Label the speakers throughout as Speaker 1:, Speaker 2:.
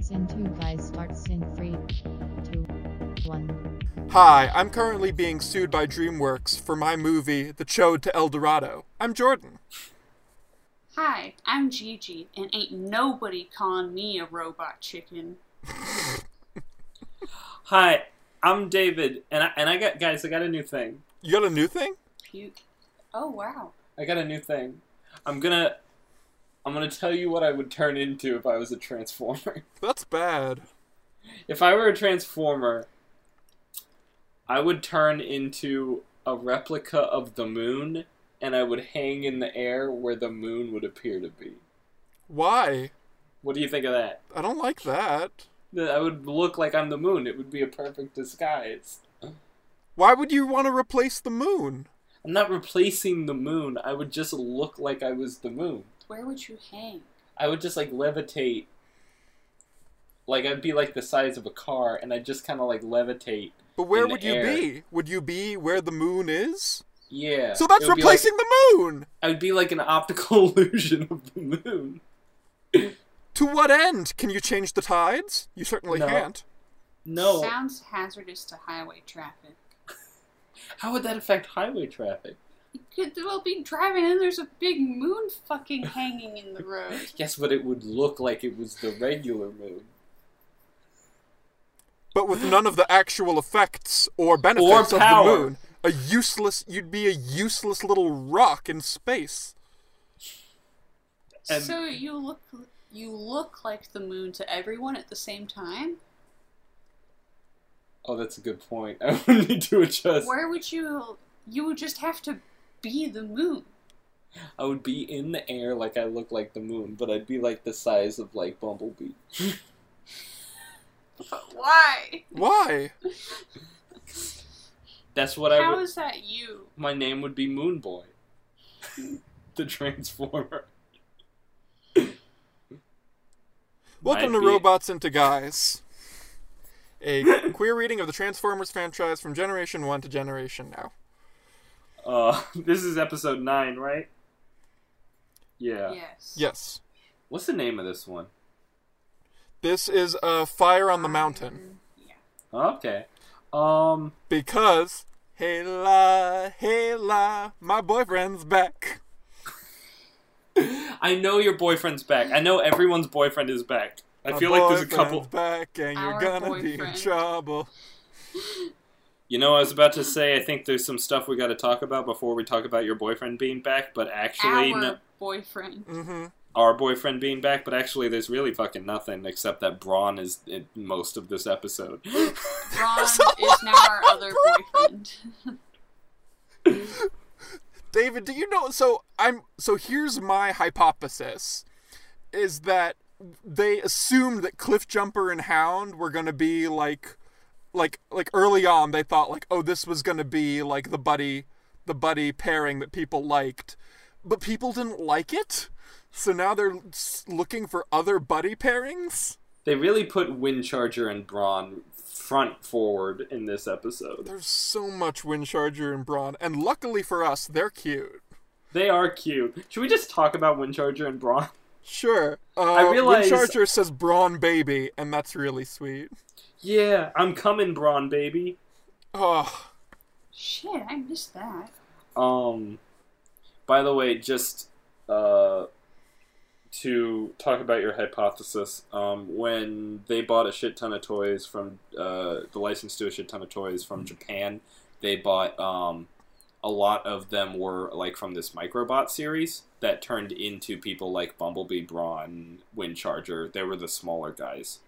Speaker 1: Sin 2 guys start Sin 3, 2, 1.
Speaker 2: Hi, I'm currently being sued by DreamWorks for my movie, The Chode to El Dorado. I'm Jordan.
Speaker 3: Hi, I'm Gigi, and ain't nobody calling me a robot chicken.
Speaker 4: Hi, I'm David, and I, and I got guys. I got a new thing.
Speaker 2: You got a new thing?
Speaker 3: You. Oh wow.
Speaker 4: I got a new thing. I'm gonna I'm gonna tell you what I would turn into if I was a transformer.
Speaker 2: That's bad.
Speaker 4: If I were a transformer, I would turn into a replica of the moon, and I would hang in the air where the moon would appear to be.
Speaker 2: Why?
Speaker 4: What do you think of that?
Speaker 2: I don't like that.
Speaker 4: That I would look like I'm the moon. It would be a perfect disguise.
Speaker 2: Why would you want to replace the moon?
Speaker 4: I'm not replacing the moon. I would just look like I was the moon.
Speaker 3: Where would you hang?
Speaker 4: I would just like levitate. Like I'd be like the size of a car, and I'd just kind of like levitate.
Speaker 2: But where
Speaker 4: In the
Speaker 2: would you
Speaker 4: air.
Speaker 2: be? Would you be where the moon is?
Speaker 4: Yeah.
Speaker 2: So that's
Speaker 4: It would be
Speaker 2: replacing the moon!
Speaker 4: Like, I would be like an optical illusion of the moon.
Speaker 2: To what end? Can you change the tides? You certainly
Speaker 4: No.
Speaker 2: can't.
Speaker 4: No.
Speaker 3: Sounds hazardous to highway traffic.
Speaker 4: How would that affect highway traffic?
Speaker 3: You could well be driving and there's a big moon fucking hanging in the road.
Speaker 4: Yes, but it would look like it was the regular moon.
Speaker 2: But with none of the actual effects or benefits of the
Speaker 4: power.
Speaker 2: moon. A useless you'd be a useless little rock in space.
Speaker 4: And-
Speaker 3: so you look you look like the moon to everyone at the same time.
Speaker 4: Oh, that's a good point. I would need to adjust.
Speaker 3: Where would you you would just have to be the moon.
Speaker 4: I would be in the air like I look like the moon, but I'd be like the size of like Bumblebee.
Speaker 3: But why?
Speaker 2: Why?
Speaker 4: That's what I
Speaker 3: How
Speaker 4: would.
Speaker 3: is that you?
Speaker 4: My name would be Moon Boy, the Transformer.
Speaker 2: Welcome
Speaker 4: Might
Speaker 2: to
Speaker 4: be.
Speaker 2: Robots into Guys. A queer reading of the Transformers franchise from generation one to generation now.
Speaker 4: Uh, this is episode nine, right? Yeah.
Speaker 3: Yes.
Speaker 2: Yes.
Speaker 4: What's the name of this one?
Speaker 2: This is uh, Fire on the Mountain.
Speaker 3: Yeah.
Speaker 4: Oh, Okay. Um.
Speaker 2: Because, hey la, hey la, my boyfriend's back.
Speaker 4: I know your boyfriend's back. I know everyone's boyfriend is back. I
Speaker 2: My
Speaker 4: feel like there's a couple.
Speaker 2: boyfriend's back and you're
Speaker 3: Our
Speaker 2: gonna be in
Speaker 3: boyfriend.
Speaker 2: trouble.
Speaker 4: You know, I was about to say I think there's some stuff we got to talk about before we talk about your boyfriend being back, but actually,
Speaker 3: Our
Speaker 4: no,
Speaker 3: boyfriend.
Speaker 2: Mm-hmm.
Speaker 4: our boyfriend being back, but actually, there's really fucking nothing except that Braun is in most of this episode.
Speaker 3: Ron
Speaker 2: So
Speaker 3: is now our other boyfriend.
Speaker 2: David, do you know? So I'm. So here's my hypothesis: is that they assumed that Cliffjumper and Hound were gonna be like, like, like early on. They thought like, oh, this was gonna be like the buddy, the buddy pairing that people liked, but people didn't like it. So now they're s- looking for other buddy pairings.
Speaker 4: they really put Windcharger and Braun front forward in this episode.
Speaker 2: There's so much Windcharger and Braun, and luckily for us, they're cute.
Speaker 4: They are cute. Should we just talk about Windcharger and Braun?
Speaker 2: Sure. Uh,
Speaker 4: realize-
Speaker 2: Windcharger says Braun baby, and that's really sweet.
Speaker 4: Yeah, I'm coming, Braun, baby.
Speaker 2: Oh,
Speaker 3: Shit, I missed that.
Speaker 4: Um, by the way, just uh, to talk about your hypothesis, um, when they bought a shit ton of toys from uh, the license to a shit ton of toys from Japan, they bought um, a lot of them were like from this Microbot series that turned into people like Bumblebee, Brawn, Windcharger. They were the smaller guys.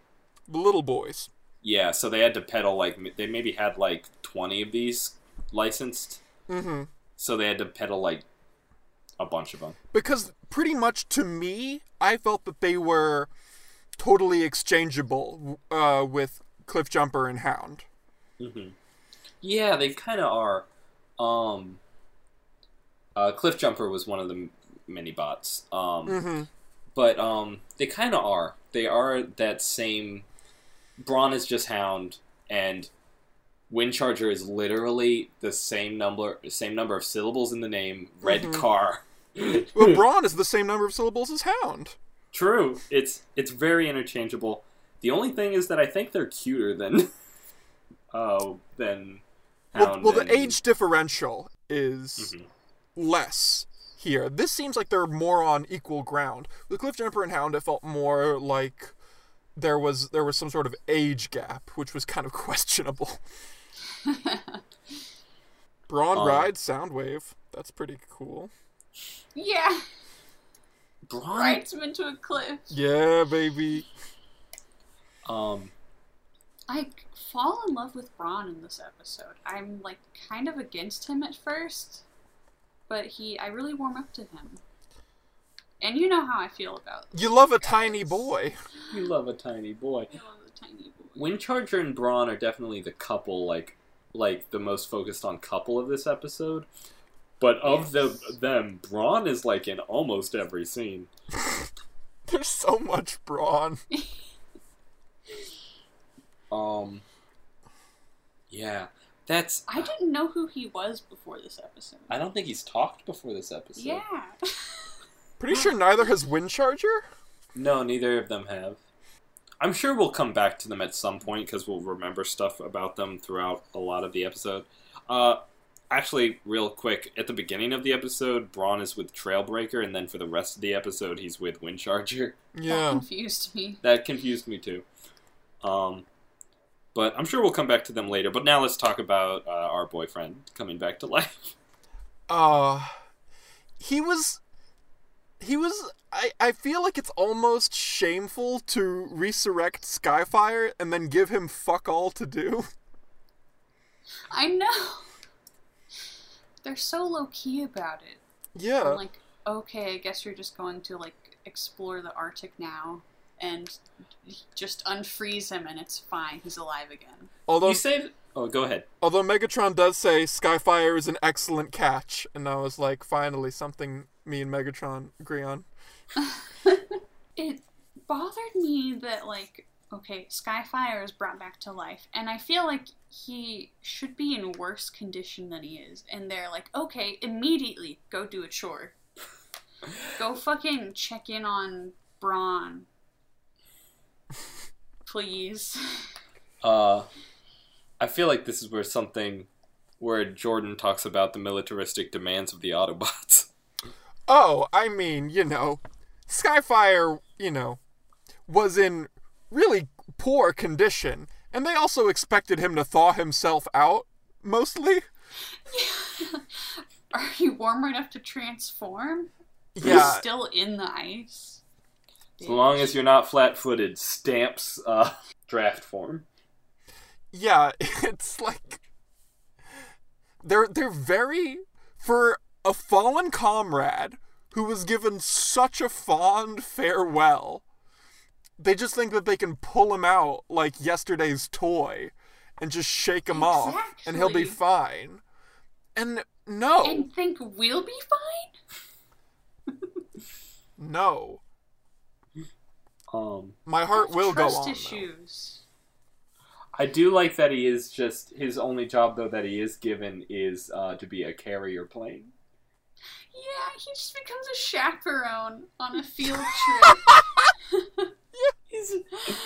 Speaker 2: the little boys.
Speaker 4: Yeah, so they had to peddle like m- they maybe had like twenty of these licensed Mm-hmm.
Speaker 2: hmm
Speaker 4: so they had to peddle like a bunch of them.
Speaker 2: Because pretty much to me, I felt that they were totally exchangeable uh, with Cliffjumper and Hound.
Speaker 4: Mm-hmm. Yeah, they kind of are. Um, uh, Cliffjumper was one of the m- mini bots, um,
Speaker 2: hmm
Speaker 4: but um, they kind of are. They are that same. Brawn is just Hound, and Windcharger is literally the same number, same number of syllables in the name. Red
Speaker 2: Mhm.
Speaker 4: car.
Speaker 2: Well, Braun is the same number of syllables as Hound.
Speaker 4: True. It's it's very interchangeable. The only thing is that I think they're cuter than, uh, than.
Speaker 2: Well,
Speaker 4: Hound
Speaker 2: well
Speaker 4: and-
Speaker 2: the age differential is
Speaker 4: Mhm.
Speaker 2: less here. This seems like they're more on equal ground. With Cliff Jumper and Hound, it felt more like there was there was some sort of age gap, which was kind of questionable. Brawn
Speaker 4: Um.
Speaker 2: rides Soundwave. That's pretty cool.
Speaker 3: Yeah,
Speaker 4: Braun.
Speaker 3: rides him into a cliff.
Speaker 2: Yeah, baby.
Speaker 4: Um.
Speaker 3: I fall in love with Braun in this episode. I'm like kind of against him at first, but he I really warm up to him. And you know how I feel about
Speaker 2: You love a tiny boy.
Speaker 4: You love a tiny boy.
Speaker 3: I love the tiny boy.
Speaker 4: Windcharger and Braun are definitely the couple, like, like the most focused on couple of this episode. But of the them, Braun is like in almost every scene.
Speaker 2: There's so much brawn.
Speaker 4: Um. Yeah, that's.
Speaker 3: I didn't know who he was before this episode.
Speaker 4: I don't think he's talked before this episode.
Speaker 3: yeah.
Speaker 2: Pretty sure neither has Windcharger.
Speaker 4: No, neither of them have. I'm sure we'll come back to them at some point because we'll remember stuff about them throughout a lot of the episode. Uh, actually, real quick, at the beginning of the episode, Braun is with Trailbreaker, and then for the rest of the episode, he's with Windcharger.
Speaker 3: That
Speaker 2: Yeah.
Speaker 3: confused me.
Speaker 4: That confused me too. Um, but I'm sure we'll come back to them later. But now let's talk about uh, our boyfriend coming back to life.
Speaker 2: Uh he was he was I, I feel like it's almost shameful to resurrect Skyfire and then give him fuck all to do.
Speaker 3: I know. They're so low key about it. I'm
Speaker 2: Yeah.
Speaker 3: like, okay, I guess you're just going to like explore the Arctic now and just unfreeze him and it's fine. He's alive again.
Speaker 2: Although
Speaker 4: you say? Oh, go ahead.
Speaker 2: although Megatron does say Skyfire is an excellent catch and I was like finally something me and Megatron agree on.
Speaker 3: It bothered me that like okay, Skyfire is brought back to life and I feel like he should be in worse condition than he is and they're like, okay, immediately go do a chore. go fucking check in on Braun. Please.
Speaker 4: Uh, I feel like this is where something where Jordan talks about the militaristic demands of the Autobots.
Speaker 2: Oh, I mean, you know, Skyfire, you know, was in really poor condition, and they also expected him to thaw himself out mostly.
Speaker 3: Are you warm enough to transform? He's
Speaker 2: Yeah,
Speaker 3: still in the ice.
Speaker 4: As long as you're not flat-footed, stamps uh, draft form.
Speaker 2: yeah, it's like they're they're very for a fallen comrade who was given such a fond farewell. They just think that they can pull him out like yesterday's toy and just shake him off and he'll be
Speaker 3: Exactly.
Speaker 2: fine. And no.
Speaker 3: And think we'll be fine?
Speaker 2: No.
Speaker 4: Um,
Speaker 2: My heart will go
Speaker 3: Trust
Speaker 2: on. though.
Speaker 3: issues.
Speaker 4: I do like that he is just his only job though that he is given is uh, to be a carrier plane.
Speaker 3: Yeah, he just becomes a chaperone on a field trip.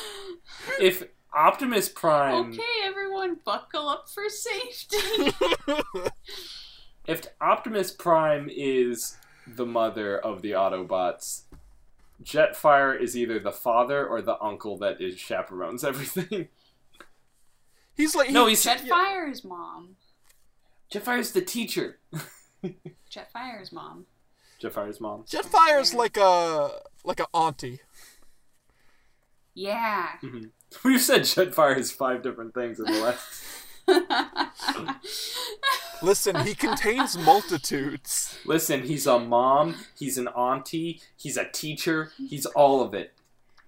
Speaker 4: If Optimus Prime,
Speaker 3: okay, everyone, buckle up for safety.
Speaker 4: if Optimus Prime is the mother of the Autobots, Jetfire is either the father or the uncle that is chaperones everything.
Speaker 2: He's like
Speaker 4: No,
Speaker 2: he-
Speaker 4: he's
Speaker 3: Jetfire is mom.
Speaker 4: Jetfire's the teacher.
Speaker 3: Jetfire is mom.
Speaker 4: Jetfire's mom.
Speaker 2: Jetfire's like a like a auntie.
Speaker 3: Yeah.
Speaker 4: We've said Jetfire is five different things in the last.
Speaker 2: Listen, he contains multitudes.
Speaker 4: Listen, he's a mom. He's an auntie. He's a teacher. He's all of it.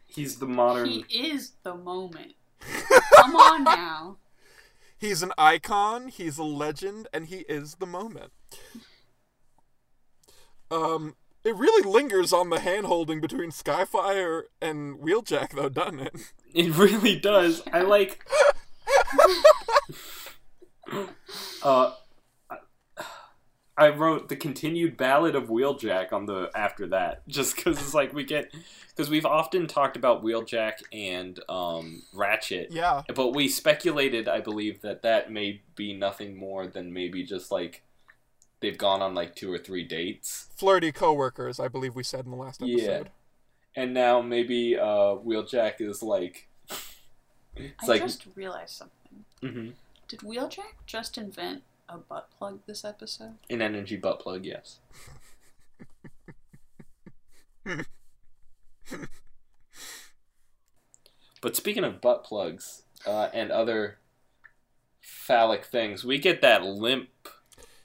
Speaker 4: He's the modern.
Speaker 3: he is the moment. Come on now.
Speaker 2: He's an icon, he's a legend, and he is the moment. Um it really lingers on the hand holding between Skyfire and Wheeljack though, doesn't it?
Speaker 4: It really does. I like. uh, I- I wrote the continued ballad of Wheeljack on the after that, just because it's like we get because we've often talked about Wheeljack and um, Ratchet,
Speaker 2: Yeah.
Speaker 4: but we speculated, I believe, that that may be nothing more than maybe just like they've gone on like two or three dates,
Speaker 2: Flirty coworkers, I believe we said in the last
Speaker 4: Yeah.
Speaker 2: episode.
Speaker 4: and now maybe uh, Wheeljack is like it's
Speaker 3: I
Speaker 4: like
Speaker 3: just realized something.
Speaker 4: mhm,
Speaker 3: Did Wheeljack just invent a butt plug this episode?
Speaker 4: an energy butt plug, yes. But speaking of butt plugs uh, and other phallic things, we get that limp.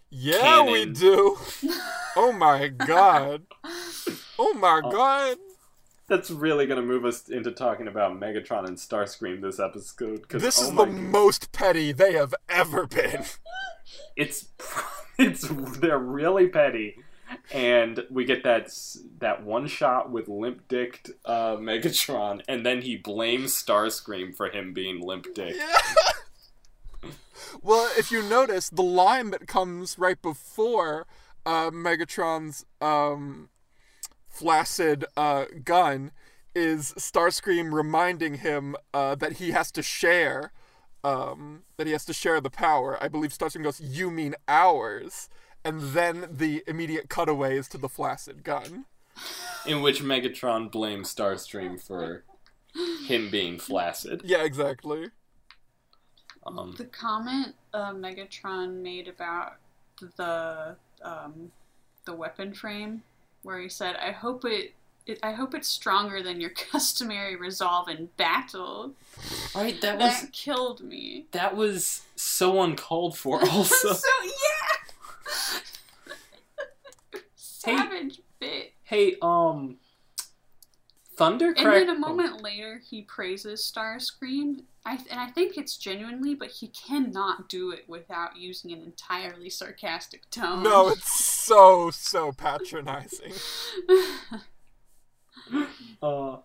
Speaker 2: Yeah, we
Speaker 4: Cannon.
Speaker 2: do. oh my god. Oh my
Speaker 4: Uh,
Speaker 2: god.
Speaker 4: That's really going to move us into talking about Megatron and Starscream this episode. Cause,
Speaker 2: This
Speaker 4: oh
Speaker 2: is
Speaker 4: my
Speaker 2: the
Speaker 4: g-
Speaker 2: most petty they have ever been.
Speaker 4: it's it's they're really petty, and we get that s- that one shot with limp dicked uh, Megatron, and then he blames Starscream for him being limp dick.
Speaker 2: Yeah. well, if you notice, the line that comes right before uh, Megatron's um, flaccid uh, gun is Starscream reminding him uh, that he has to share. Um, that he has to share the power. I believe Starscream goes, "You mean ours," and then the immediate cutaway is to the flaccid gun.
Speaker 4: In which Megatron blames Starstream for him being flaccid.
Speaker 2: Yeah, exactly.
Speaker 4: Um,
Speaker 3: The comment uh, Megatron made about the um, the weapon frame, where he said, "I hope it, it, I hope it's stronger than your customary resolve in battle."
Speaker 4: right, that was
Speaker 3: That killed me.
Speaker 4: that was so uncalled for. Also,
Speaker 3: so yeah, savage bit.
Speaker 4: hey, um, Thundercracker.
Speaker 3: And then a moment later, he praises Starscream. I th- and I think it's genuinely, but he cannot do it without using an entirely sarcastic tone.
Speaker 2: No, it's so so patronizing.
Speaker 4: Uh,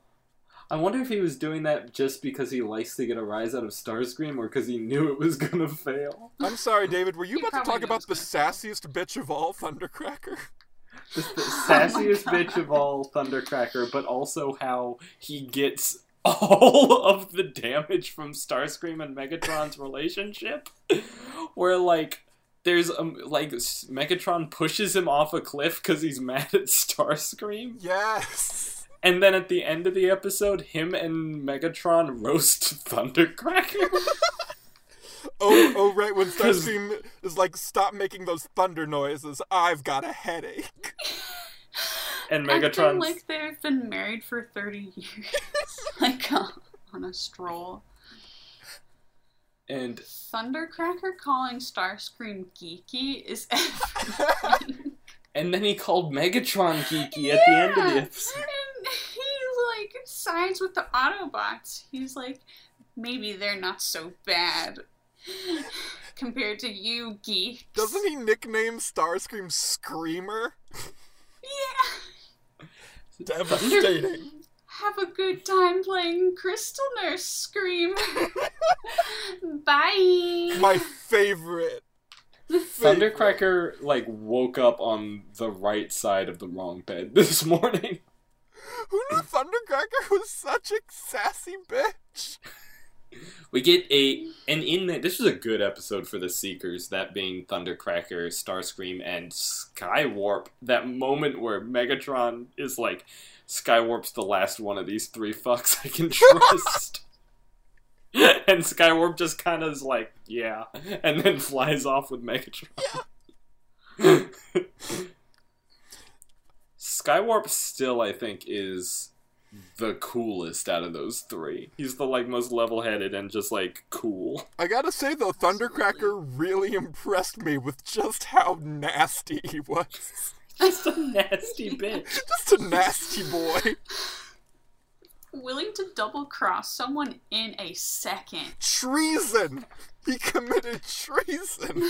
Speaker 4: I wonder if he was doing that just because he likes to get a rise out of Starscream, or because he knew it was gonna fail.
Speaker 2: I'm sorry, David. Were you
Speaker 3: He
Speaker 2: about to
Speaker 3: probably
Speaker 2: talk
Speaker 3: knows
Speaker 2: about the
Speaker 3: that.
Speaker 2: sassiest bitch of all, Thundercracker?
Speaker 4: Just the
Speaker 3: Oh my
Speaker 4: sassiest
Speaker 3: God.
Speaker 4: bitch of all, Thundercracker, but also how he gets all of the damage from Starscream and Megatron's relationship, where like. There's um, like S- Megatron pushes him off a cliff because he's mad at Starscream,
Speaker 2: Yes.
Speaker 4: and then at the end of the episode, him and Megatron roast Thundercracker.
Speaker 2: Oh, oh, right. When
Speaker 4: 'Cause-
Speaker 2: Starscream is like, "Stop making those thunder noises. I've got a headache."
Speaker 4: and
Speaker 3: Acting
Speaker 4: Megatron's
Speaker 3: like they've been married for 30 years. like uh, on a stroll.
Speaker 4: and
Speaker 3: Thundercracker calling Starscream geeky is everything.
Speaker 4: and then he called Megatron geeky at the end of the episode.
Speaker 3: And he like sides with the Autobots. He's like, maybe they're not so bad compared to you geeks.
Speaker 2: Doesn't he nickname Starscream Screamer?
Speaker 3: Yeah.
Speaker 2: Devastating.
Speaker 3: Have a good time playing Crystal Nurse Scream. Bye.
Speaker 2: My favorite.
Speaker 4: Thundercracker like woke up on the right side of the wrong bed this morning.
Speaker 2: Who knew Thundercracker was such a sassy bitch?
Speaker 4: We get a and in that this was a good episode for the Seekers, that being Thundercracker, Starscream, and Skywarp. That moment where Megatron is like, Skywarp's the last one of these three fucks I can trust. and Skywarp just kind of is like, yeah, and then flies off with Megatron. Skywarp still, I think, is the coolest out of those three. He's the like most level-headed and just like cool.
Speaker 2: I gotta say though, Thundercracker really impressed me with just how nasty he was.
Speaker 4: Just a nasty bitch.
Speaker 2: Just a nasty boy.
Speaker 3: Willing to double cross someone in a second.
Speaker 2: treason. He committed treason.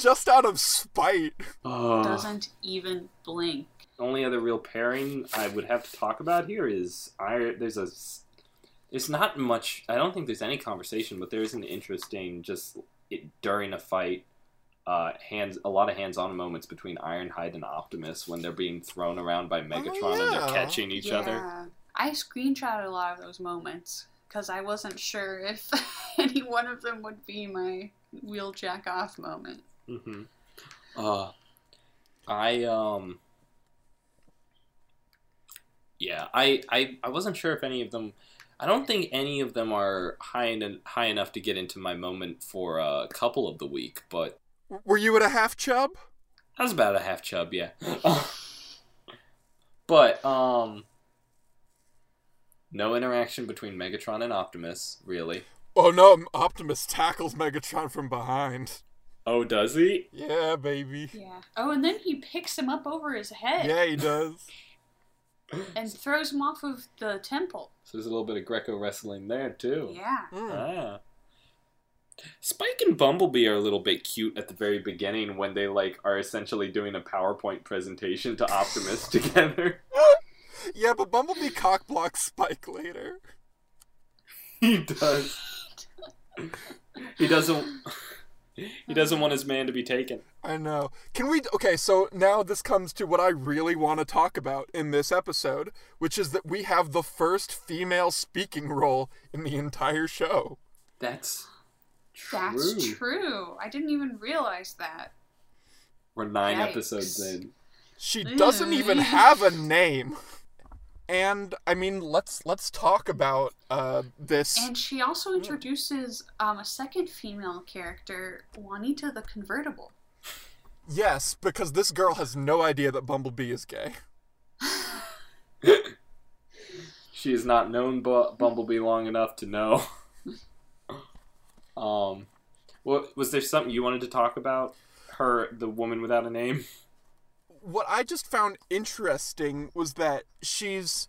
Speaker 2: Just out of spite.
Speaker 4: Uh,
Speaker 3: Doesn't even blink.
Speaker 4: only other real pairing I would have to talk about here is I. There's a. s- There's not much. I don't think there's any conversation, but there is an interesting just it, during a fight. uh, hands a lot of hands-on moments between Ironhide and Optimus when they're being thrown around by Megatron and
Speaker 2: yeah.
Speaker 4: they're catching each other.
Speaker 3: Oh, Yeah. I screenshotted a lot of those moments because I wasn't sure if any one of them would be my wheel jack off moment.
Speaker 4: Mm-hmm. Uh, I um, yeah, I, I I wasn't sure if any of them. I don't think any of them are high en- high enough to get into my moment for a couple of the week, but
Speaker 2: Were you at a half chub?
Speaker 4: that was about a half chub, yeah. but um, no interaction between Megatron and Optimus, really.
Speaker 2: Oh no, Optimus tackles Megatron from behind.
Speaker 4: Oh, does he?
Speaker 2: Yeah, baby.
Speaker 3: Yeah. Oh, and then he picks him up over his head
Speaker 2: Yeah, he does.
Speaker 3: and throws him off of the temple.
Speaker 4: So there's a little bit of Greco wrestling there too.
Speaker 3: Yeah.
Speaker 2: Mm.
Speaker 4: Ah. Spike and Bumblebee are a little bit cute at the very beginning when they like are essentially doing a PowerPoint presentation to Optimus together.
Speaker 2: Yeah, but Bumblebee cock blocks Spike later.
Speaker 4: He does. He doesn't He doesn't want his man to be taken.
Speaker 2: I know. Can we? Okay, so now this comes to what I really want to talk about in this episode, which is that we have the first female speaking role in the entire show.
Speaker 4: That's true.
Speaker 3: That's true. I didn't even realize that.
Speaker 4: We're nine
Speaker 3: Yikes.
Speaker 4: episodes in.
Speaker 2: She doesn't even have a name. And I mean, let's let's talk about uh, this.
Speaker 3: And she also introduces um, a second female character, Juanita the Convertible.
Speaker 2: Yes, because this girl has no idea that Bumblebee is gay.
Speaker 4: She has not known Bu- Bumblebee long enough to know. um, what was there something you wanted to talk about? Her, the woman without a name.
Speaker 2: what I just found interesting was that she's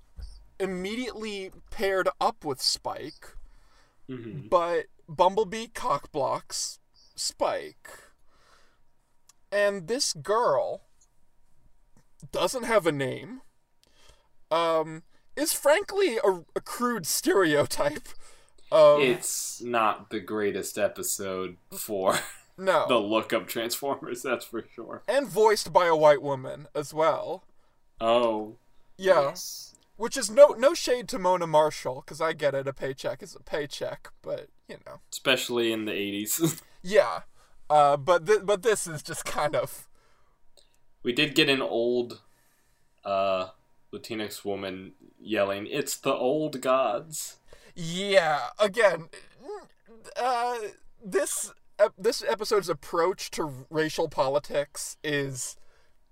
Speaker 2: immediately paired up with Spike,
Speaker 4: Mhm.
Speaker 2: but Bumblebee cock blocks Spike. And this girl doesn't have a name. Um, is frankly a, a crude stereotype. Um,
Speaker 4: It's not the greatest episode for
Speaker 2: no.
Speaker 4: the look up Transformers. That's for sure.
Speaker 2: and voiced by a white woman as well.
Speaker 4: Oh,
Speaker 2: Yeah.
Speaker 3: Yes.
Speaker 2: Which is no no shade to Mona Marshall, because I get it, a paycheck is a paycheck, but you know,
Speaker 4: especially in the eighties.
Speaker 2: yeah. Uh, but th- but this is just kind of
Speaker 4: we did get an old, uh, Latinx woman yelling, "It's the old gods."
Speaker 2: yeah. Again, uh, this ep- this episode's approach to racial politics is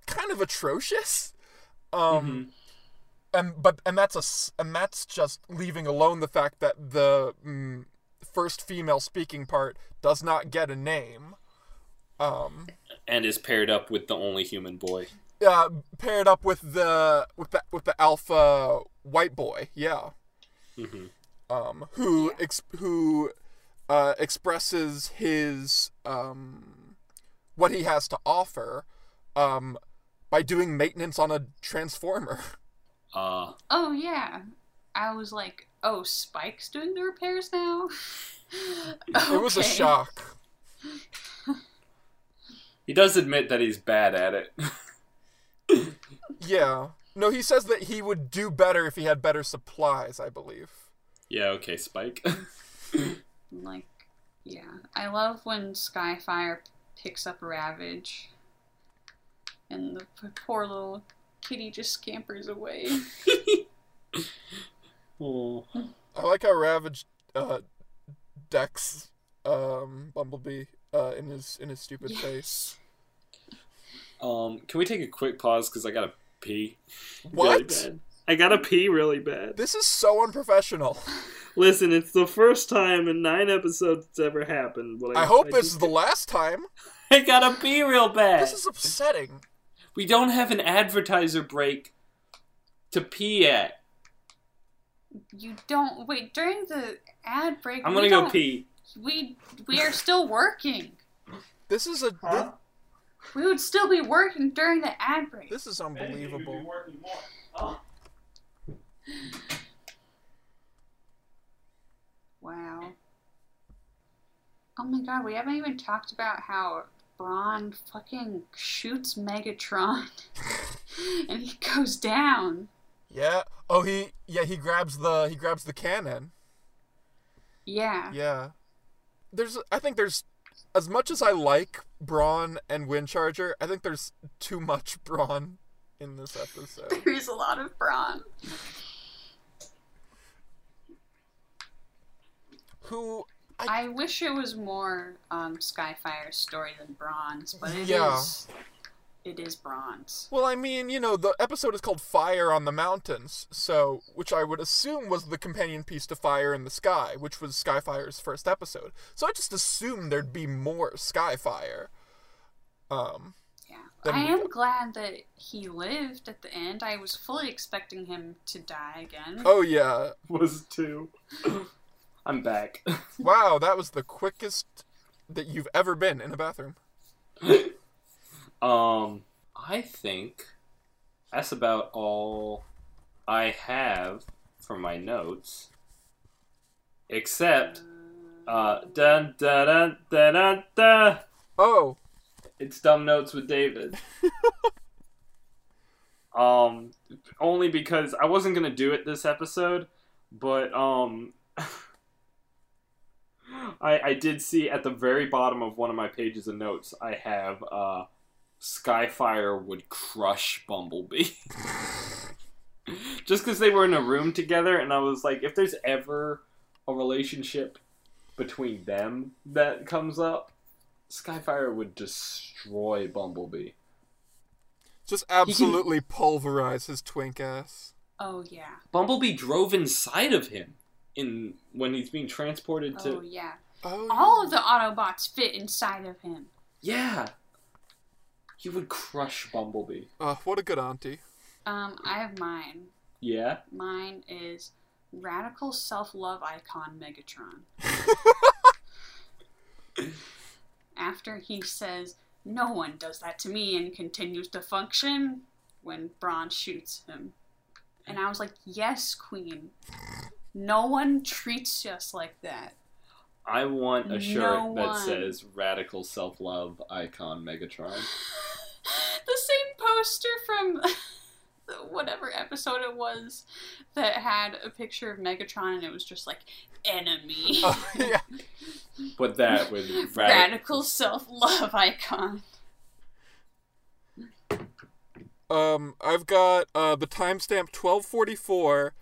Speaker 2: kind of atrocious. Um, and but and that's a s- and that's just leaving alone the fact that the mm, first female speaking part does not get a name. Um,
Speaker 4: and is paired up with the only human boy.
Speaker 2: uh, paired up with the with the with the alpha white boy, yeah.
Speaker 4: hmm
Speaker 2: Um, who ex- who uh, expresses his um, what he has to offer um, by doing maintenance on a transformer.
Speaker 4: Uh,
Speaker 3: Oh yeah. I was like, oh, Spike's doing the repairs now.
Speaker 2: It was a
Speaker 3: Okay.
Speaker 2: shock.
Speaker 4: He does admit that he's bad at it.
Speaker 2: Yeah. No, he says that he would do better if he had better supplies. I believe.
Speaker 4: yeah, okay, Spike.
Speaker 3: Like, yeah, I love when Skyfire picks up Ravage, and the p- poor little kitty just scampers away.
Speaker 4: oh.
Speaker 2: I like how Ravage uh, decks um, Bumblebee uh, in his in his stupid face.
Speaker 4: Um, can we take a quick pause because I gotta pee. Really
Speaker 2: What?
Speaker 4: bad. I gotta pee really bad.
Speaker 2: This is so unprofessional.
Speaker 4: Listen, it's the first time in nine episodes it's ever happened. But
Speaker 2: I hope this
Speaker 4: it's
Speaker 2: is the last time.
Speaker 4: I gotta pee real bad.
Speaker 2: This is upsetting.
Speaker 4: We don't have an advertiser break to pee at.
Speaker 3: You don't wait during the ad break.
Speaker 4: I'm
Speaker 3: we
Speaker 4: gonna go
Speaker 3: don't-
Speaker 4: pee.
Speaker 3: We we are still working.
Speaker 2: This is a
Speaker 3: We would still be working during the ad break.
Speaker 2: this is unbelievable.
Speaker 3: Wow. Oh my god, we haven't even talked about how Braun fucking shoots Megatron and he goes down.
Speaker 2: Yeah. Oh, he yeah he grabs the he grabs the cannon.
Speaker 3: Yeah.
Speaker 2: Yeah. There's I think there's as much as I like Braun and Windcharger, I think there's too much Braun in this episode.
Speaker 3: There is a lot of Braun.
Speaker 2: Who I,
Speaker 3: I wish it was more um, Skyfire's story than Bronze, but it is
Speaker 2: Yeah.
Speaker 3: it is Bronze.
Speaker 2: well, I mean, you know, the episode is called Fire on the Mountains, so which I would assume was the companion piece to Fire in the Sky, which was Skyfire's first episode. So I just assumed there'd be more Skyfire. Um
Speaker 3: Yeah,
Speaker 2: Then-
Speaker 3: I am glad that he lived at the end. I was fully expecting him to die again.
Speaker 2: Oh yeah.
Speaker 4: was two. I'm back.
Speaker 2: Wow, that was the quickest that you've ever been in a bathroom.
Speaker 4: Um, I think that's about all I have for my notes. Except, uh, dun dun dun dun dun. dun.
Speaker 2: Oh,
Speaker 4: It's dumb notes with David. um, only because I wasn't gonna do it this episode, but um, I I did see at the very bottom of one of my pages of notes I have uh, Skyfire would crush Bumblebee. Just because they were in a room together, and I was like, if there's ever a relationship between them that comes up, Skyfire would destroy Bumblebee.
Speaker 2: just absolutely pulverize his twink ass.
Speaker 3: Oh yeah.
Speaker 4: Bumblebee drove inside of him in when he's being transported to.
Speaker 3: Oh yeah.
Speaker 2: Oh,
Speaker 3: All of the Autobots fit inside of him.
Speaker 4: yeah, he would crush Bumblebee.
Speaker 2: Uh, what a good auntie.
Speaker 3: Um, I have mine.
Speaker 4: Yeah,
Speaker 3: Mine is radical self-love icon Megatron. After he says, "No one does that to me," and continues to function when Braun shoots him, and I was like, "Yes, Queen. No one treats us like that."
Speaker 4: I want
Speaker 3: No
Speaker 4: a shirt that
Speaker 3: one.
Speaker 4: says "Radical Self Love Icon Megatron."
Speaker 3: the same poster from whatever episode it was that had a picture of Megatron and it was just like enemy.
Speaker 2: Oh, yeah.
Speaker 4: But that with radic-
Speaker 3: Radical self love icon.
Speaker 2: Um, I've got uh, the timestamp 1244.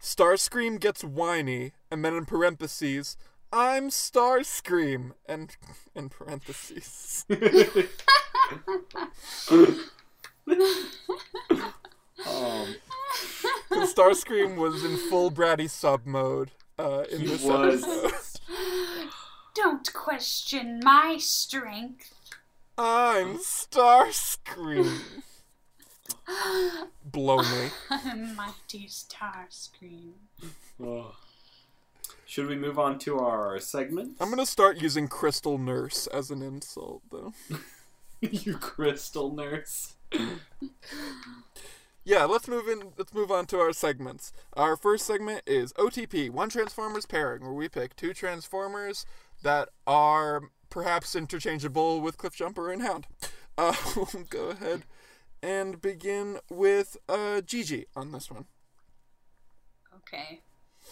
Speaker 2: Starscream gets whiny, and then in parentheses, I'm Starscream, and in parentheses.
Speaker 4: Um,
Speaker 2: 'Cause Starscream was in full bratty sub mode uh, in
Speaker 4: he
Speaker 2: this episode.
Speaker 4: was.
Speaker 3: Don't question my strength.
Speaker 2: I'm Starscream. Blow me.
Speaker 3: Mighty star scream.
Speaker 4: Ugh. oh. Should we move on to our segment?
Speaker 2: I'm gonna start using Crystal Nurse as an insult, though.
Speaker 4: you crystal nurse.
Speaker 2: Yeah, let's move in. Let's move on to our segments. Our first segment is OTP, one Transformers pairing, where we pick two Transformers that are perhaps interchangeable with Cliffjumper and Hound. Uh, we'll go ahead and begin with uh, Gigi on this one.
Speaker 3: Okay.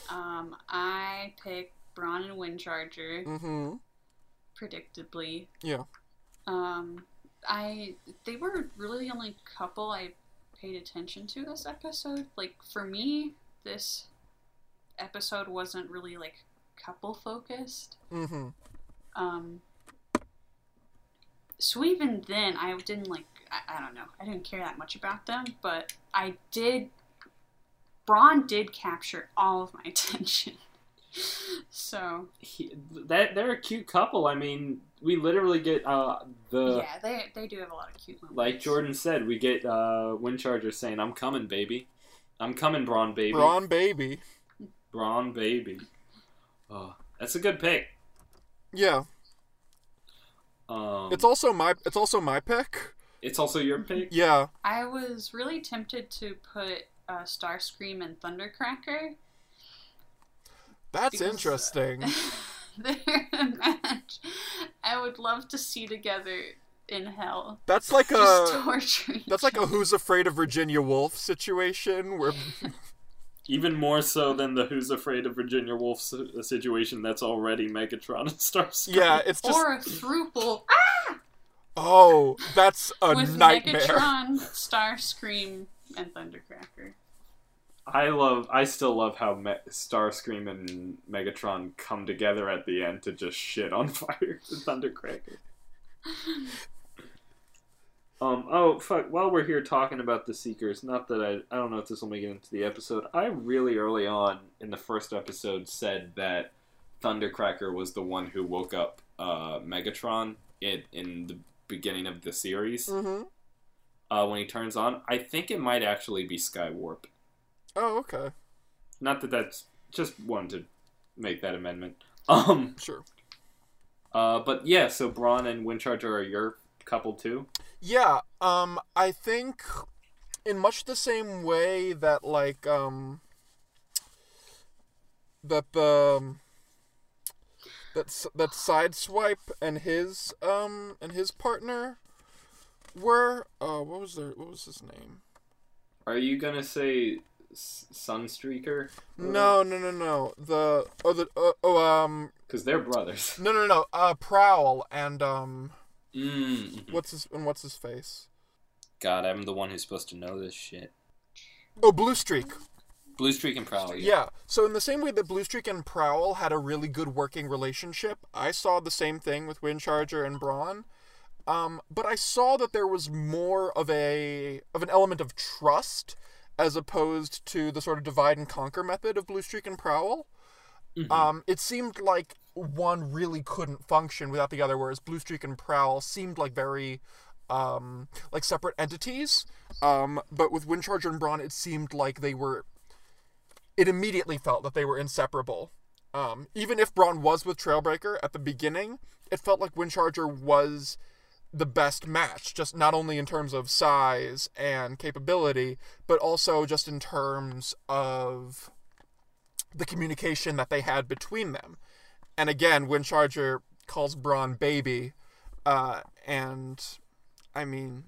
Speaker 3: Um, I pick Braun and Windcharger,
Speaker 2: Mm-hmm.
Speaker 3: predictably.
Speaker 2: Yeah.
Speaker 3: Um, I they were really the only couple I paid attention to this episode. Like for me, this episode wasn't really like couple focused.
Speaker 2: Mm-hmm.
Speaker 3: Um, so even then, I didn't like. I, I don't know. I didn't care that much about them, but I did. Braun did capture all of my attention. so
Speaker 4: he, that they're a cute couple. I mean, we literally get uh, the
Speaker 3: yeah, they they do have a lot of cute moments.
Speaker 4: like Jordan said, we get uh, Windcharger saying, "I'm coming, baby. I'm coming, Braun, baby.
Speaker 2: Braun baby.
Speaker 4: Braun, baby." Oh, that's a good pick.
Speaker 2: Yeah.
Speaker 4: Um,
Speaker 2: It's also my. It's also my pick.
Speaker 4: it's also your pick.
Speaker 2: Yeah.
Speaker 3: I was really tempted to put uh, Starscream and Thundercracker.
Speaker 2: That's
Speaker 3: Because, uh,
Speaker 2: interesting.
Speaker 3: their match. I would love to see together in hell.
Speaker 2: That's like
Speaker 3: Just
Speaker 2: a
Speaker 3: torturing.
Speaker 2: Uh, that's like a Who's Afraid of Virginia Woolf situation where
Speaker 4: Even more so than the Who's Afraid of Virginia Woolf si- situation that's already Megatron and Starscream.
Speaker 2: yeah, it's just
Speaker 3: or a throuple
Speaker 2: oh, that's a
Speaker 3: with
Speaker 2: nightmare.
Speaker 3: Megatron, Starscream, and Thundercracker.
Speaker 4: I love. I still love how Me- Starscream and Megatron come together at the end to just shit on fire the Thundercracker. Um. Oh fuck. While we're here talking about the Seekers, not that I. I don't know if this will make it into the episode. I really early on in the first episode said that Thundercracker was the one who woke up uh, Megatron in in the beginning of the series
Speaker 2: Mm-hmm.
Speaker 4: uh, when he turns on. I think it might actually be Skywarp.
Speaker 2: Oh, okay.
Speaker 4: Not that that's just wanted to make that amendment. Um.
Speaker 2: Sure.
Speaker 4: Uh. But yeah. So Braun and Windcharger are your couple too.
Speaker 2: Yeah, um I think in much the same way that like um that um that s- that sideswipe and his um and his partner were uh what was their what was his name?
Speaker 4: Are you gonna say S- Sunstreaker?
Speaker 2: No, no, no, no. The oh the oh, oh um
Speaker 4: Because they're brothers.
Speaker 2: no no no uh Prowl and um
Speaker 4: Mm.
Speaker 2: what's his and what's his face?
Speaker 4: God, I'm the one who's supposed to know this shit.
Speaker 2: Oh Blue Streak.
Speaker 4: Blue Streak and Prowler.
Speaker 2: Oh, Yeah. So in the same way that Blue Streak and Prowl had a really good working relationship, I saw the same thing with Windcharger and Brawn. Um, but I saw that there was more of a of an element of trust as opposed to the sort of divide and conquer method of Blue Streak and Prowl. Um, it seemed like one really couldn't function without the other, whereas Blue Streak and Prowl seemed like very um, like separate entities. Um, but with Windcharger and Brawn, it seemed like they were it immediately felt that they were inseparable. Um, even if Braun was with Trailbreaker at the beginning, it felt like Windcharger was the best match, just not only in terms of size and capability, but also just in terms of the communication that they had between them. And again, Windcharger calls Braun baby, uh, and I mean,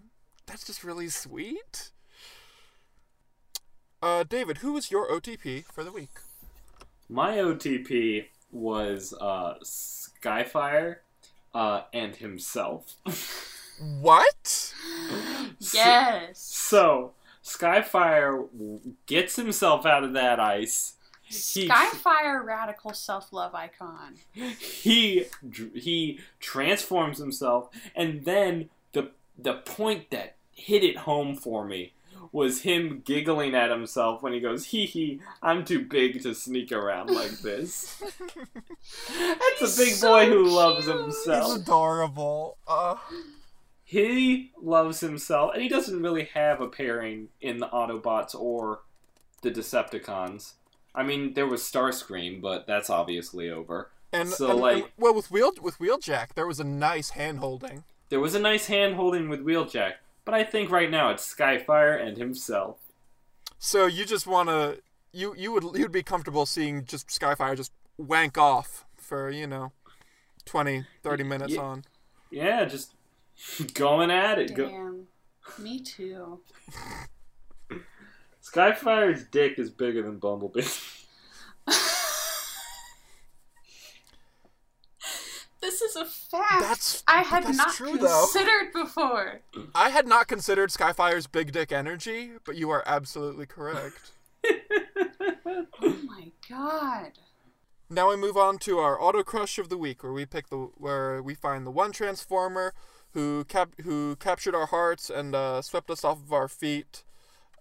Speaker 2: that's just really sweet. Uh, David, who was your OTP for the week?
Speaker 4: My OTP was uh, Skyfire uh, and himself.
Speaker 2: What?
Speaker 3: Yes.
Speaker 4: So Skyfire w- gets himself out of that ice. He
Speaker 3: Skyfire radical self love icon.
Speaker 4: he dr- he transforms himself, and then the the point that hit it home for me was him giggling at himself when he goes, "Hee hee, I'm too big to sneak around like this." That's a big
Speaker 3: so
Speaker 4: boy who loves
Speaker 3: cute.
Speaker 2: He's
Speaker 4: himself.
Speaker 2: adorable. Uh,
Speaker 4: He loves himself, and he doesn't really have a pairing in the Autobots or the Decepticons. I mean, there was Starscream, but that's obviously over.
Speaker 2: and,
Speaker 4: So,
Speaker 2: and-
Speaker 4: like-
Speaker 2: well, with Wheel with Wheeljack, there was a nice hand holding.
Speaker 4: There was a nice hand holding with Wheeljack, but I think right now it's Skyfire and himself.
Speaker 2: So you just wanna you you would you'd be comfortable seeing just Skyfire just wank off for you know 20, 30 minutes
Speaker 4: Yeah.
Speaker 2: on.
Speaker 4: Yeah, just going at it. Go-
Speaker 3: Damn. Me too.
Speaker 4: Skyfire's dick is bigger than Bumblebee.
Speaker 3: This is a fact.
Speaker 2: That's-
Speaker 3: I had
Speaker 2: that's
Speaker 3: not
Speaker 2: true, though.
Speaker 3: considered before.
Speaker 2: I had not considered Skyfire's big dick energy, but you are absolutely correct.
Speaker 3: Oh my god.
Speaker 2: Now we move on to our auto crush of the week, where we pick the where we find the one transformer who cap who captured our hearts and uh, swept us off of our feet,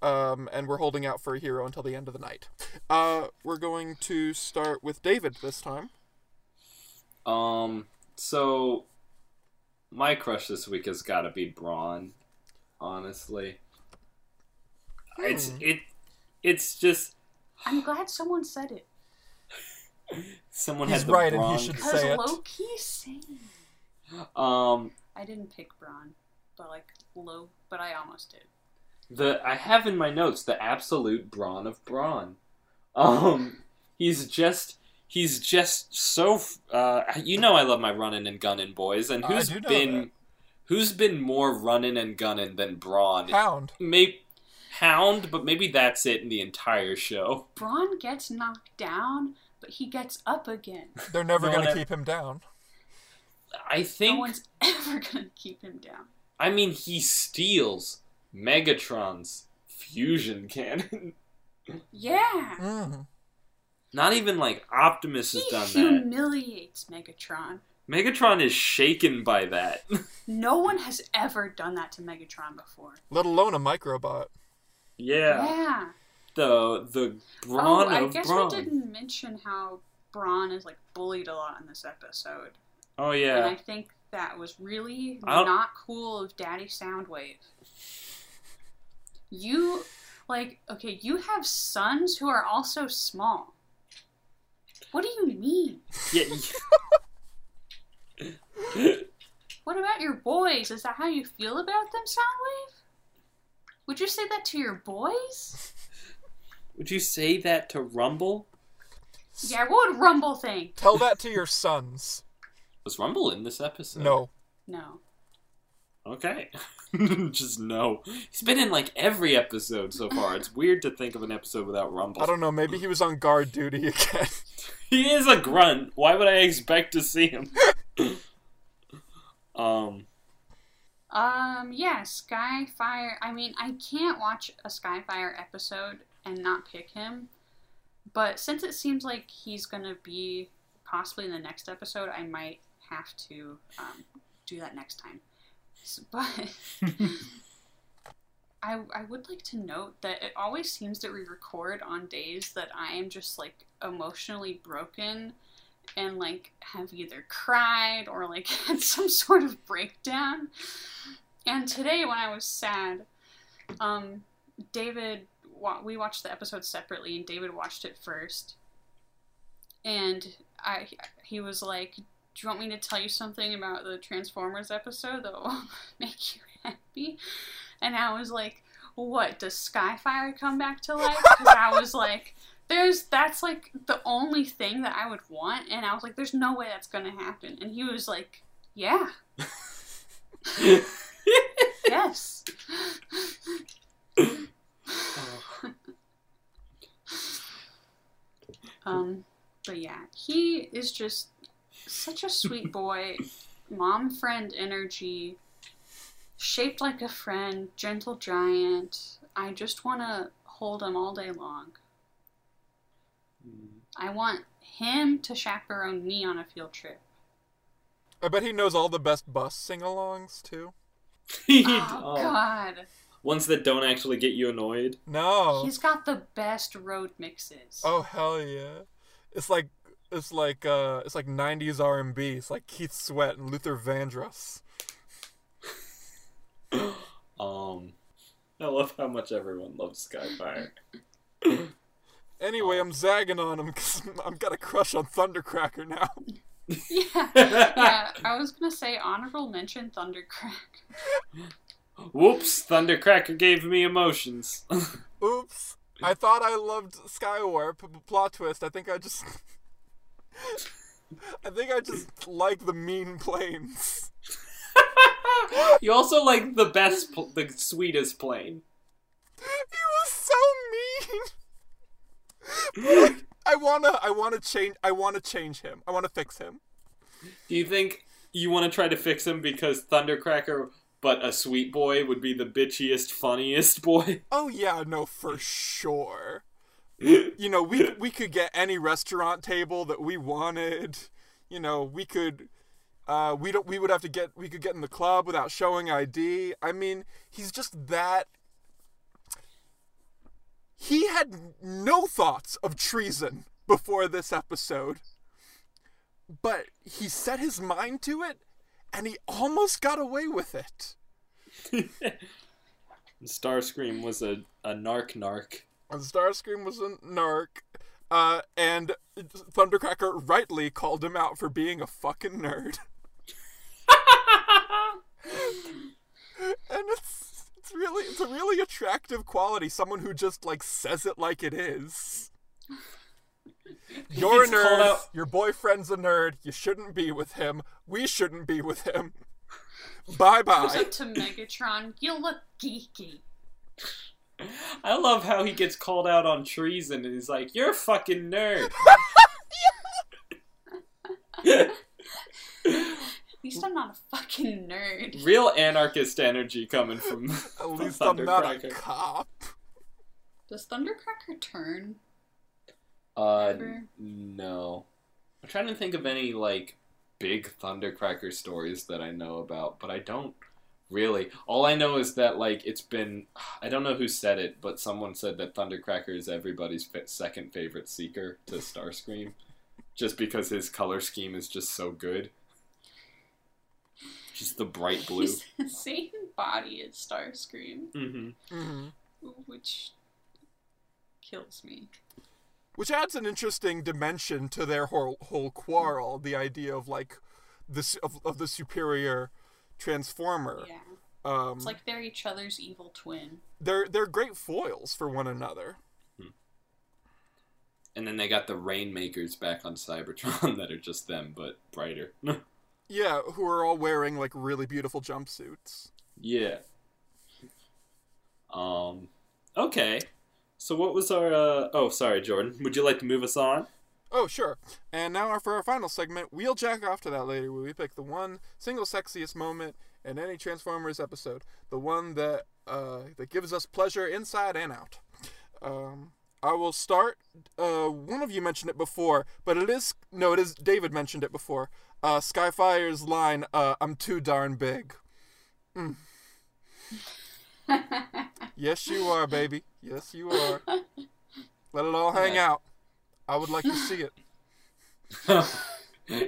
Speaker 2: um, and we're holding out for a hero until the end of the night. Uh, we're going to start with David this time.
Speaker 4: um, so my crush this week has got to be Braun. Honestly, it's
Speaker 2: Hmm.
Speaker 4: it it's just
Speaker 3: I'm glad someone said it.
Speaker 4: someone
Speaker 2: He's
Speaker 4: had the
Speaker 2: right, and he
Speaker 4: Braun.
Speaker 2: should-
Speaker 3: Because
Speaker 2: Say it.
Speaker 3: low key sane.
Speaker 4: Um,
Speaker 3: I didn't pick Braun, but like low, but I almost did.
Speaker 4: The I have in my notes the absolute brawn of brawn. Um, he's just he's just so. Uh, you know, I love my running and gunning boys, and
Speaker 2: I
Speaker 4: who's
Speaker 2: do know
Speaker 4: been
Speaker 2: that.
Speaker 4: who's been more running and gunning than Braun?
Speaker 2: Hound.
Speaker 4: Maybe Hound, but maybe that's it in the entire show.
Speaker 3: Braun gets knocked down, but he gets up again.
Speaker 2: They're never
Speaker 4: No
Speaker 2: going
Speaker 4: one
Speaker 2: to
Speaker 4: ever-
Speaker 2: keep him down.
Speaker 4: I
Speaker 3: No
Speaker 4: think.
Speaker 3: one's ever gonna keep him down.
Speaker 4: I mean, he steals Megatron's fusion cannon.
Speaker 3: Yeah.
Speaker 2: Mm.
Speaker 4: Not even like Optimus
Speaker 3: He
Speaker 4: has done that.
Speaker 3: humiliates Megatron.
Speaker 4: Megatron is shaken by that.
Speaker 3: No one has ever done that to Megatron before.
Speaker 2: Let alone a microbot.
Speaker 4: yeah. The the Brawn
Speaker 3: oh, I
Speaker 4: of
Speaker 3: guess
Speaker 4: Brawn.
Speaker 3: we didn't mention how Braun is like bullied a lot in this episode.
Speaker 4: Oh
Speaker 3: And
Speaker 4: yeah.
Speaker 3: I think that was really
Speaker 4: I don't-
Speaker 3: not cool of Daddy Soundwave. You, like, okay, you have sons who are also small. What do you mean?
Speaker 4: yeah. yeah.
Speaker 3: What about your boys? Is that how you feel about them, Soundwave? Would you say that to your boys?
Speaker 4: Would you say that to Rumble?
Speaker 3: Yeah, what would Rumble think?
Speaker 2: Tell that to your sons.
Speaker 4: Was Rumble in this episode?
Speaker 2: No.
Speaker 3: No.
Speaker 4: Okay. Just no. He's been in like every episode so far. It's weird to think of an episode without Rumble.
Speaker 2: I don't know. Maybe he was on guard duty again.
Speaker 4: He is a grunt. Why would I expect to see him? um,
Speaker 3: Um, yeah, Skyfire. I mean, I can't watch a Skyfire episode and not pick him. But since it seems like he's going to be possibly in the next episode, I might have to um, do that next time. S- But I, I would like to note that it always seems that we record on days that I am just like emotionally broken and like have either cried or like had some sort of breakdown. And today, when I was sad, um, David, wa- we watched the episode separately, and David watched it first. And I, he was like, "Do you want me to tell you something about the Transformers episode that will make you happy?" And I was like, "What does Skyfire come back to life?" Because I was like. There's that's like the only thing that I would want, and I was like, "There's no way that's gonna happen." And he was like, "Yeah, yes." Um, but yeah, he is just such a sweet boy, mom friend energy, shaped like a friend, gentle giant. I just want to hold him all day long. I want him to chaperone me on a field trip.
Speaker 2: I bet he knows all the best bus sing-alongs too.
Speaker 4: he-
Speaker 3: Oh, God.
Speaker 4: Ones that don't actually get you annoyed.
Speaker 5: Oh.
Speaker 2: No.
Speaker 3: He's got the best road mixes.
Speaker 2: Oh hell yeah! It's like it's like uh it's like '90s R&B. It's like Keith Sweat and Luther Vandross.
Speaker 4: Um, I love how much everyone loves Skyfire.
Speaker 2: Anyway, I'm zagging on him because I've got a crush on Thundercracker now.
Speaker 3: Yeah. yeah, I was going to say honorable mention Thundercrack.
Speaker 4: Whoops! Thundercracker gave me emotions.
Speaker 2: Oops! I thought I loved Skywarp, but plot twist. I think I just I think I just like the mean planes.
Speaker 4: you also like the best, pl- the sweetest plane.
Speaker 2: He was so mean. Like, I wanna, I wanna change, I wanna change him. I wanna fix him.
Speaker 4: Do you think you want to try to fix him because Thundercracker, but a sweet boy, would be the bitchiest, funniest boy?
Speaker 2: Oh yeah, no, for sure. You know, we we could get any restaurant table that we wanted. You know, we could. Uh, we don't. We would have to get. We could get in the club without showing ID. I mean, he's just that. He had no thoughts of treason before this episode, but he set his mind to it, and he almost got away with it.
Speaker 4: Starscream was a, a narc narc.
Speaker 2: And Starscream was a narc, uh, and Thundercracker rightly called him out for being a fucking nerd. and it's it's really it's a really attractive quality. Someone who just like says it like it is. You're a
Speaker 5: gets called
Speaker 2: nerd.
Speaker 5: out-
Speaker 2: Your boyfriend's a nerd. You shouldn't be with him. We shouldn't be with him. bye
Speaker 3: Goes
Speaker 2: bye.
Speaker 3: up to Megatron. You look geeky.
Speaker 5: I love how he gets called out on treason and he's like, You're a fucking nerd.
Speaker 3: At least I'm not a fucking nerd.
Speaker 5: Real anarchist energy coming from
Speaker 2: At
Speaker 5: from
Speaker 2: least I'm not a
Speaker 5: Thundercracker.
Speaker 2: cop.
Speaker 3: Does Thundercracker turn?
Speaker 5: Uh,
Speaker 3: Ever?
Speaker 5: no. I'm trying to think of any like big Thundercracker stories that I know about, but I don't really. All I know is that like it's been I don't know who said it, but someone said that Thundercracker is everybody's fa- second favorite seeker to Starscream just because his color scheme is just so good. Just the bright blue.
Speaker 3: He's the same body as Starscream,
Speaker 5: Mm-hmm.
Speaker 2: Mhm.
Speaker 3: which kills me.
Speaker 2: Which adds an interesting dimension to their whole, whole quarrel. The idea of like this of, of the superior transformer.
Speaker 3: Yeah.
Speaker 2: Um,
Speaker 3: It's like they're each other's evil twin.
Speaker 2: they're they're great foils for one another.
Speaker 5: And then they got the Rainmakers back on Cybertron that are just them, but brighter.
Speaker 2: Yeah, who are all wearing like really beautiful jumpsuits.
Speaker 5: Yeah. Um. Okay. So what was our? Uh, oh, sorry, Jordan. Would you like to move us on?
Speaker 2: Oh, sure. And now our- for our final segment, we'll jack off to that later where we pick the one single sexiest moment in any Transformers episode. The one that uh, that gives us pleasure inside and out. Um, I will start. Uh, one of you mentioned it before, but it is. No, it is. David mentioned it before. Uh, Skyfire's line, uh, I'm too darn big. Mm. Yes, you are, baby. Yes, you are. Let it all hang out. I would like to see it.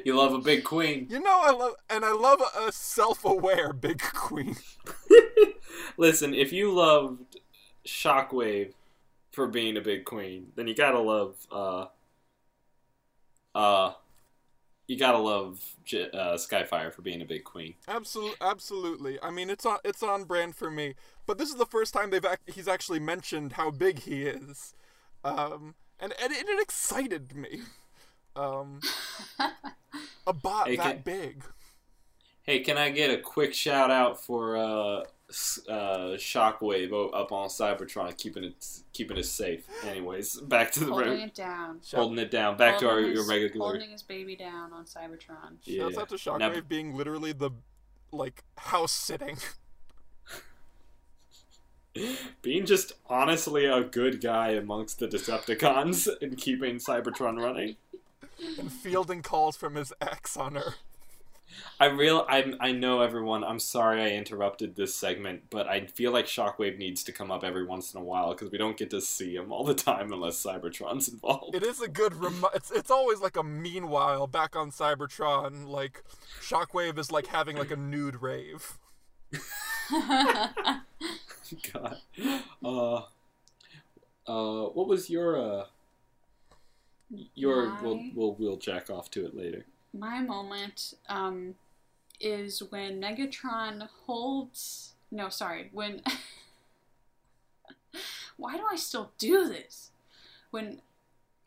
Speaker 5: you love a big queen.
Speaker 2: You know, I love, and I love a self-aware big queen.
Speaker 5: Listen, if you loved Shockwave for being a big queen, then you gotta love. Uh. Uh. You gotta love J- uh, Skyfire for being a big queen.
Speaker 2: Absolutely, absolutely. I mean, it's on, it's on brand for me. But this is the first time they've ac- he's actually mentioned how big he is, um, and and it, it excited me. Um, a bot
Speaker 5: Hey,
Speaker 2: that
Speaker 5: can-
Speaker 2: big.
Speaker 5: Hey, can I get a quick shout out for uh, s- uh, Shockwave o- up on Cybertron, keeping it keeping it safe? Anyways, back to the
Speaker 3: holding
Speaker 5: room,
Speaker 3: it down.
Speaker 5: holding it down. Back to our
Speaker 3: Holding
Speaker 5: your
Speaker 3: his-
Speaker 5: regular.
Speaker 3: Holding his baby down on Cybertron.
Speaker 5: Yeah.
Speaker 2: Shouts out to Shockwave
Speaker 5: Now-
Speaker 2: being literally the like house sitting.
Speaker 5: being just honestly a good guy amongst the Decepticons and keeping Cybertron running.
Speaker 2: and fielding calls from his ex on her.
Speaker 5: I real I I know everyone. I'm sorry I interrupted this segment, but I feel like Shockwave needs to come up every once in a while because we don't get to see him all the time unless Cybertron's involved.
Speaker 2: It is a good remi- it's it's always like a meanwhile back on Cybertron like Shockwave is like having like a nude rave.
Speaker 5: God. Uh, uh, what was your uh, your
Speaker 3: My-
Speaker 5: we'll, we'll we'll jack off to it later.
Speaker 3: My moment um, is when Megatron holds. No, sorry. When. Why do I still do this? When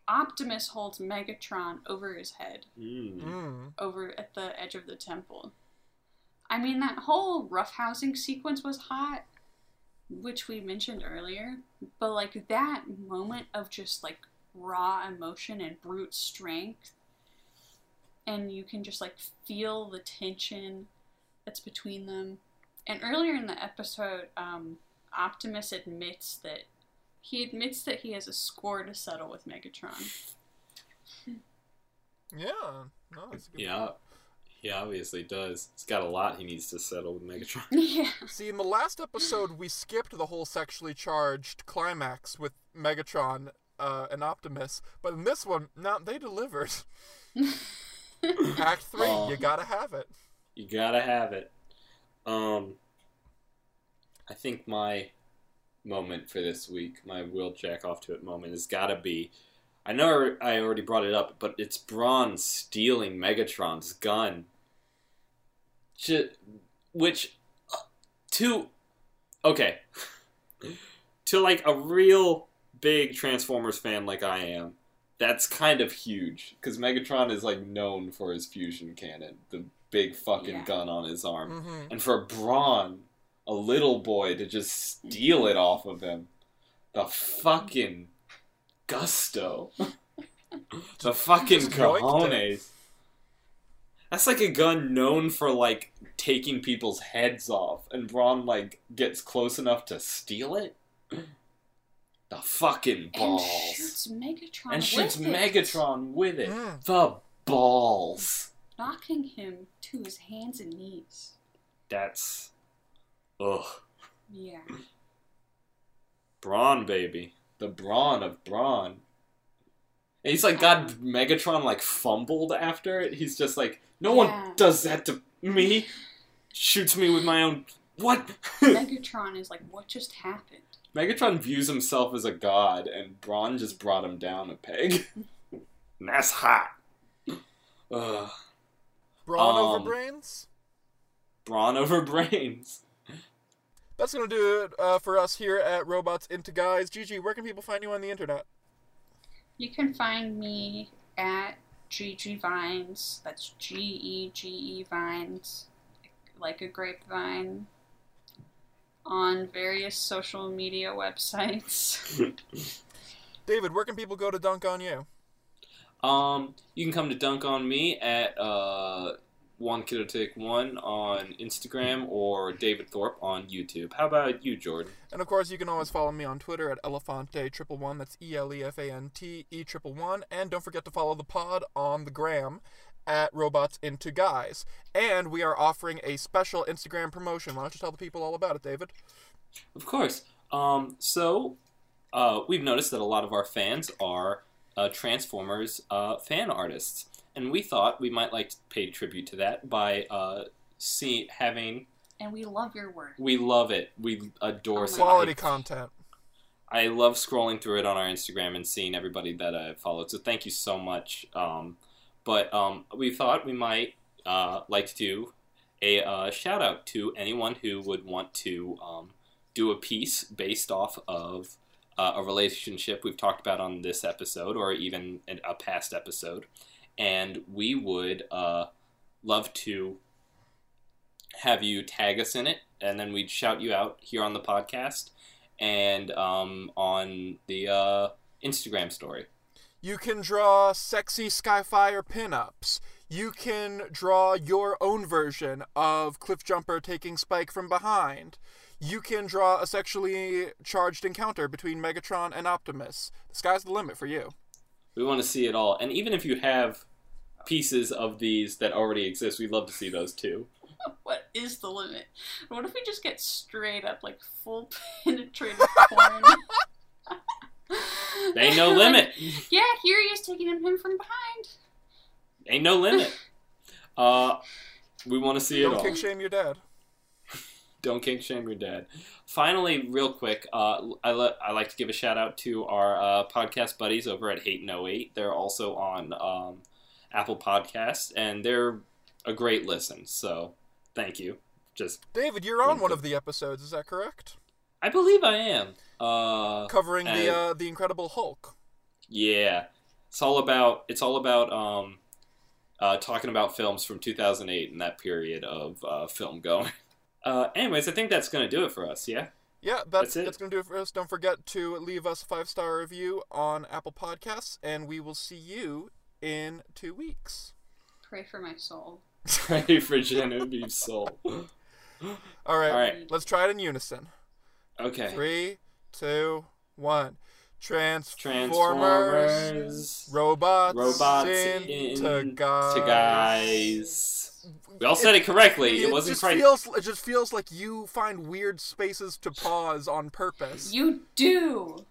Speaker 3: Optimus holds Megatron over his head,
Speaker 5: Mm.
Speaker 2: Mm.
Speaker 3: over at the edge of the temple. I mean, that whole roughhousing sequence was hot, which we mentioned earlier, but like that moment of just like raw emotion and brute strength, and you can just like feel the tension that's between them. And earlier in the episode, um, Optimus admits that he admits that he has a score to settle with Megatron.
Speaker 2: Yeah. No, it's a good
Speaker 5: Yeah, he obviously does. He's got a lot he needs to settle with Megatron.
Speaker 3: yeah.
Speaker 2: See, in the last episode we skipped the whole sexually charged climax with Megatron uh, and Optimus, but in this one, no, they delivered. Act 3,
Speaker 5: Aw.
Speaker 2: you got to have it.
Speaker 5: You gotta have it. Um, I think my moment for this week, my will jack off to it moment, has gotta be. I know I already brought it up, but it's Braun stealing Megatron's gun. Ju- which, uh, to, okay, to like a real big Transformers fan like I am, that's kind of huge because Megatron is like known for his fusion cannon, the big fucking
Speaker 3: Yeah.
Speaker 5: gun on his arm,
Speaker 2: Mm-hmm.
Speaker 5: and for Braun, a little boy, to just steal it off of him, the fucking gusto, the fucking
Speaker 2: Just yoinked it.
Speaker 5: cojones. That's like a gun known for like taking people's heads off, and Braun like gets close enough to steal it. The fucking
Speaker 3: and
Speaker 5: balls
Speaker 3: shoots Megatron.
Speaker 5: and shoots
Speaker 3: with it,
Speaker 5: Megatron with it.
Speaker 2: Mm.
Speaker 5: The balls.
Speaker 3: knocking him to his hands and knees.
Speaker 5: That's ugh.
Speaker 3: Yeah.
Speaker 5: Brawn baby, the brawn of brawn. And he's like, God, Megatron like fumbled after it. He's just like, no
Speaker 3: Yeah.
Speaker 5: one does that to me. Shoots me with my own. What?
Speaker 3: Megatron is like, what just happened?
Speaker 5: Megatron views himself as a god, and Braun just brought him down a peg. and that's hot. Ugh.
Speaker 2: Brawn
Speaker 5: Um,
Speaker 2: over brains.
Speaker 5: Brawn over brains.
Speaker 2: That's gonna do it uh, for us here at Robots Into Guys. Gigi, where can people find you on the internet?
Speaker 3: You can find me at GG Vines. That's G E G E Vines, like a grapevine, on various social media websites.
Speaker 2: David, where can people go to dunk on you?
Speaker 5: Um, you can come to dunk on me at uh, one kiddo take one on Instagram or David Thorpe on YouTube. How about you, Jordan?
Speaker 2: And of course, you can always follow me on Twitter at Elefante Triple One. That's E L E F A N T E Triple One. And don't forget to follow the pod on the gram at Robots Into Guys. And we are offering a special Instagram promotion. Why don't you tell the people all about it, David?
Speaker 5: Of course. Um, so uh, we've noticed that a lot of our fans are uh, Transformers uh, fan artists, and we thought we might like to pay tribute to that by uh, see having
Speaker 3: and we love your work.
Speaker 5: we love it, we adore it.
Speaker 2: Quality content.
Speaker 5: I love scrolling through it on our Instagram and seeing everybody that I followed. So thank you so much. Um, but um, we thought we might uh, like to do a uh, shout out to anyone who would want to um, do a piece based off of uh, a relationship we've talked about on this episode or even in a past episode. And we would uh, love to have you tag us in it, and then we'd shout you out here on the podcast and um, on the uh, Instagram story.
Speaker 2: You can draw sexy Skyfire pinups. You can draw your own version of Cliffjumper taking Spike from behind. You can draw a sexually charged encounter between Megatron and Optimus. The sky's the limit for you.
Speaker 5: We want to see it all, and even if you have pieces of these that already exist, we'd love to see those too.
Speaker 3: What is the limit? What if we just get straight up like full penetrative porn?
Speaker 5: Ain't no limit.
Speaker 3: Yeah, here he is taking him from behind.
Speaker 5: Ain't no limit. Uh, we want to see it
Speaker 2: Don't
Speaker 5: all.
Speaker 2: kick shame your dad.
Speaker 5: Don't kink shame your dad. Finally, real quick, uh, I, le- I like to give a shout out to our uh, podcast buddies over at Hate No Eight. They're also on um, Apple Podcasts, and they're a great listen. So thank you. Just
Speaker 2: David, you're on
Speaker 5: Wonderful.
Speaker 2: one of the episodes, is that correct?
Speaker 5: I believe I am. Uh,
Speaker 2: Covering the
Speaker 5: uh,
Speaker 2: uh, the Incredible Hulk.
Speaker 5: yeah, it's all about it's all about um, uh, talking about films from 2008 and that period of uh, film going. Uh, anyways, I think that's gonna do it for us. Yeah,
Speaker 2: Yeah, that's,
Speaker 5: That's it.
Speaker 2: that's going to do it for us. Don't forget to leave us a five star review on Apple Podcasts, and we will see you in two weeks.
Speaker 3: Pray for my soul.
Speaker 5: pray for Genevieve's soul.
Speaker 2: All right,
Speaker 5: All right.
Speaker 2: let's try it in unison.
Speaker 5: Okay.
Speaker 2: Three, two, one. Transformers,
Speaker 5: Transformers,
Speaker 2: robots,
Speaker 5: robots
Speaker 2: into
Speaker 5: into
Speaker 2: guys.
Speaker 5: to guys. We all said it correctly. It, wasn't
Speaker 2: just
Speaker 5: quite.
Speaker 2: feels. It just feels like you find weird spaces to pause on purpose.
Speaker 3: You do.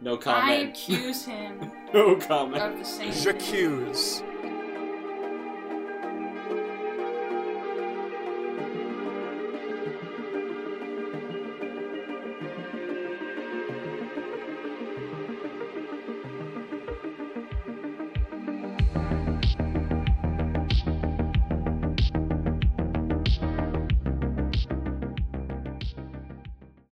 Speaker 5: no
Speaker 3: I
Speaker 5: comment.
Speaker 3: accuse him
Speaker 5: no comment.
Speaker 3: of the same. thing.
Speaker 2: J'accuse.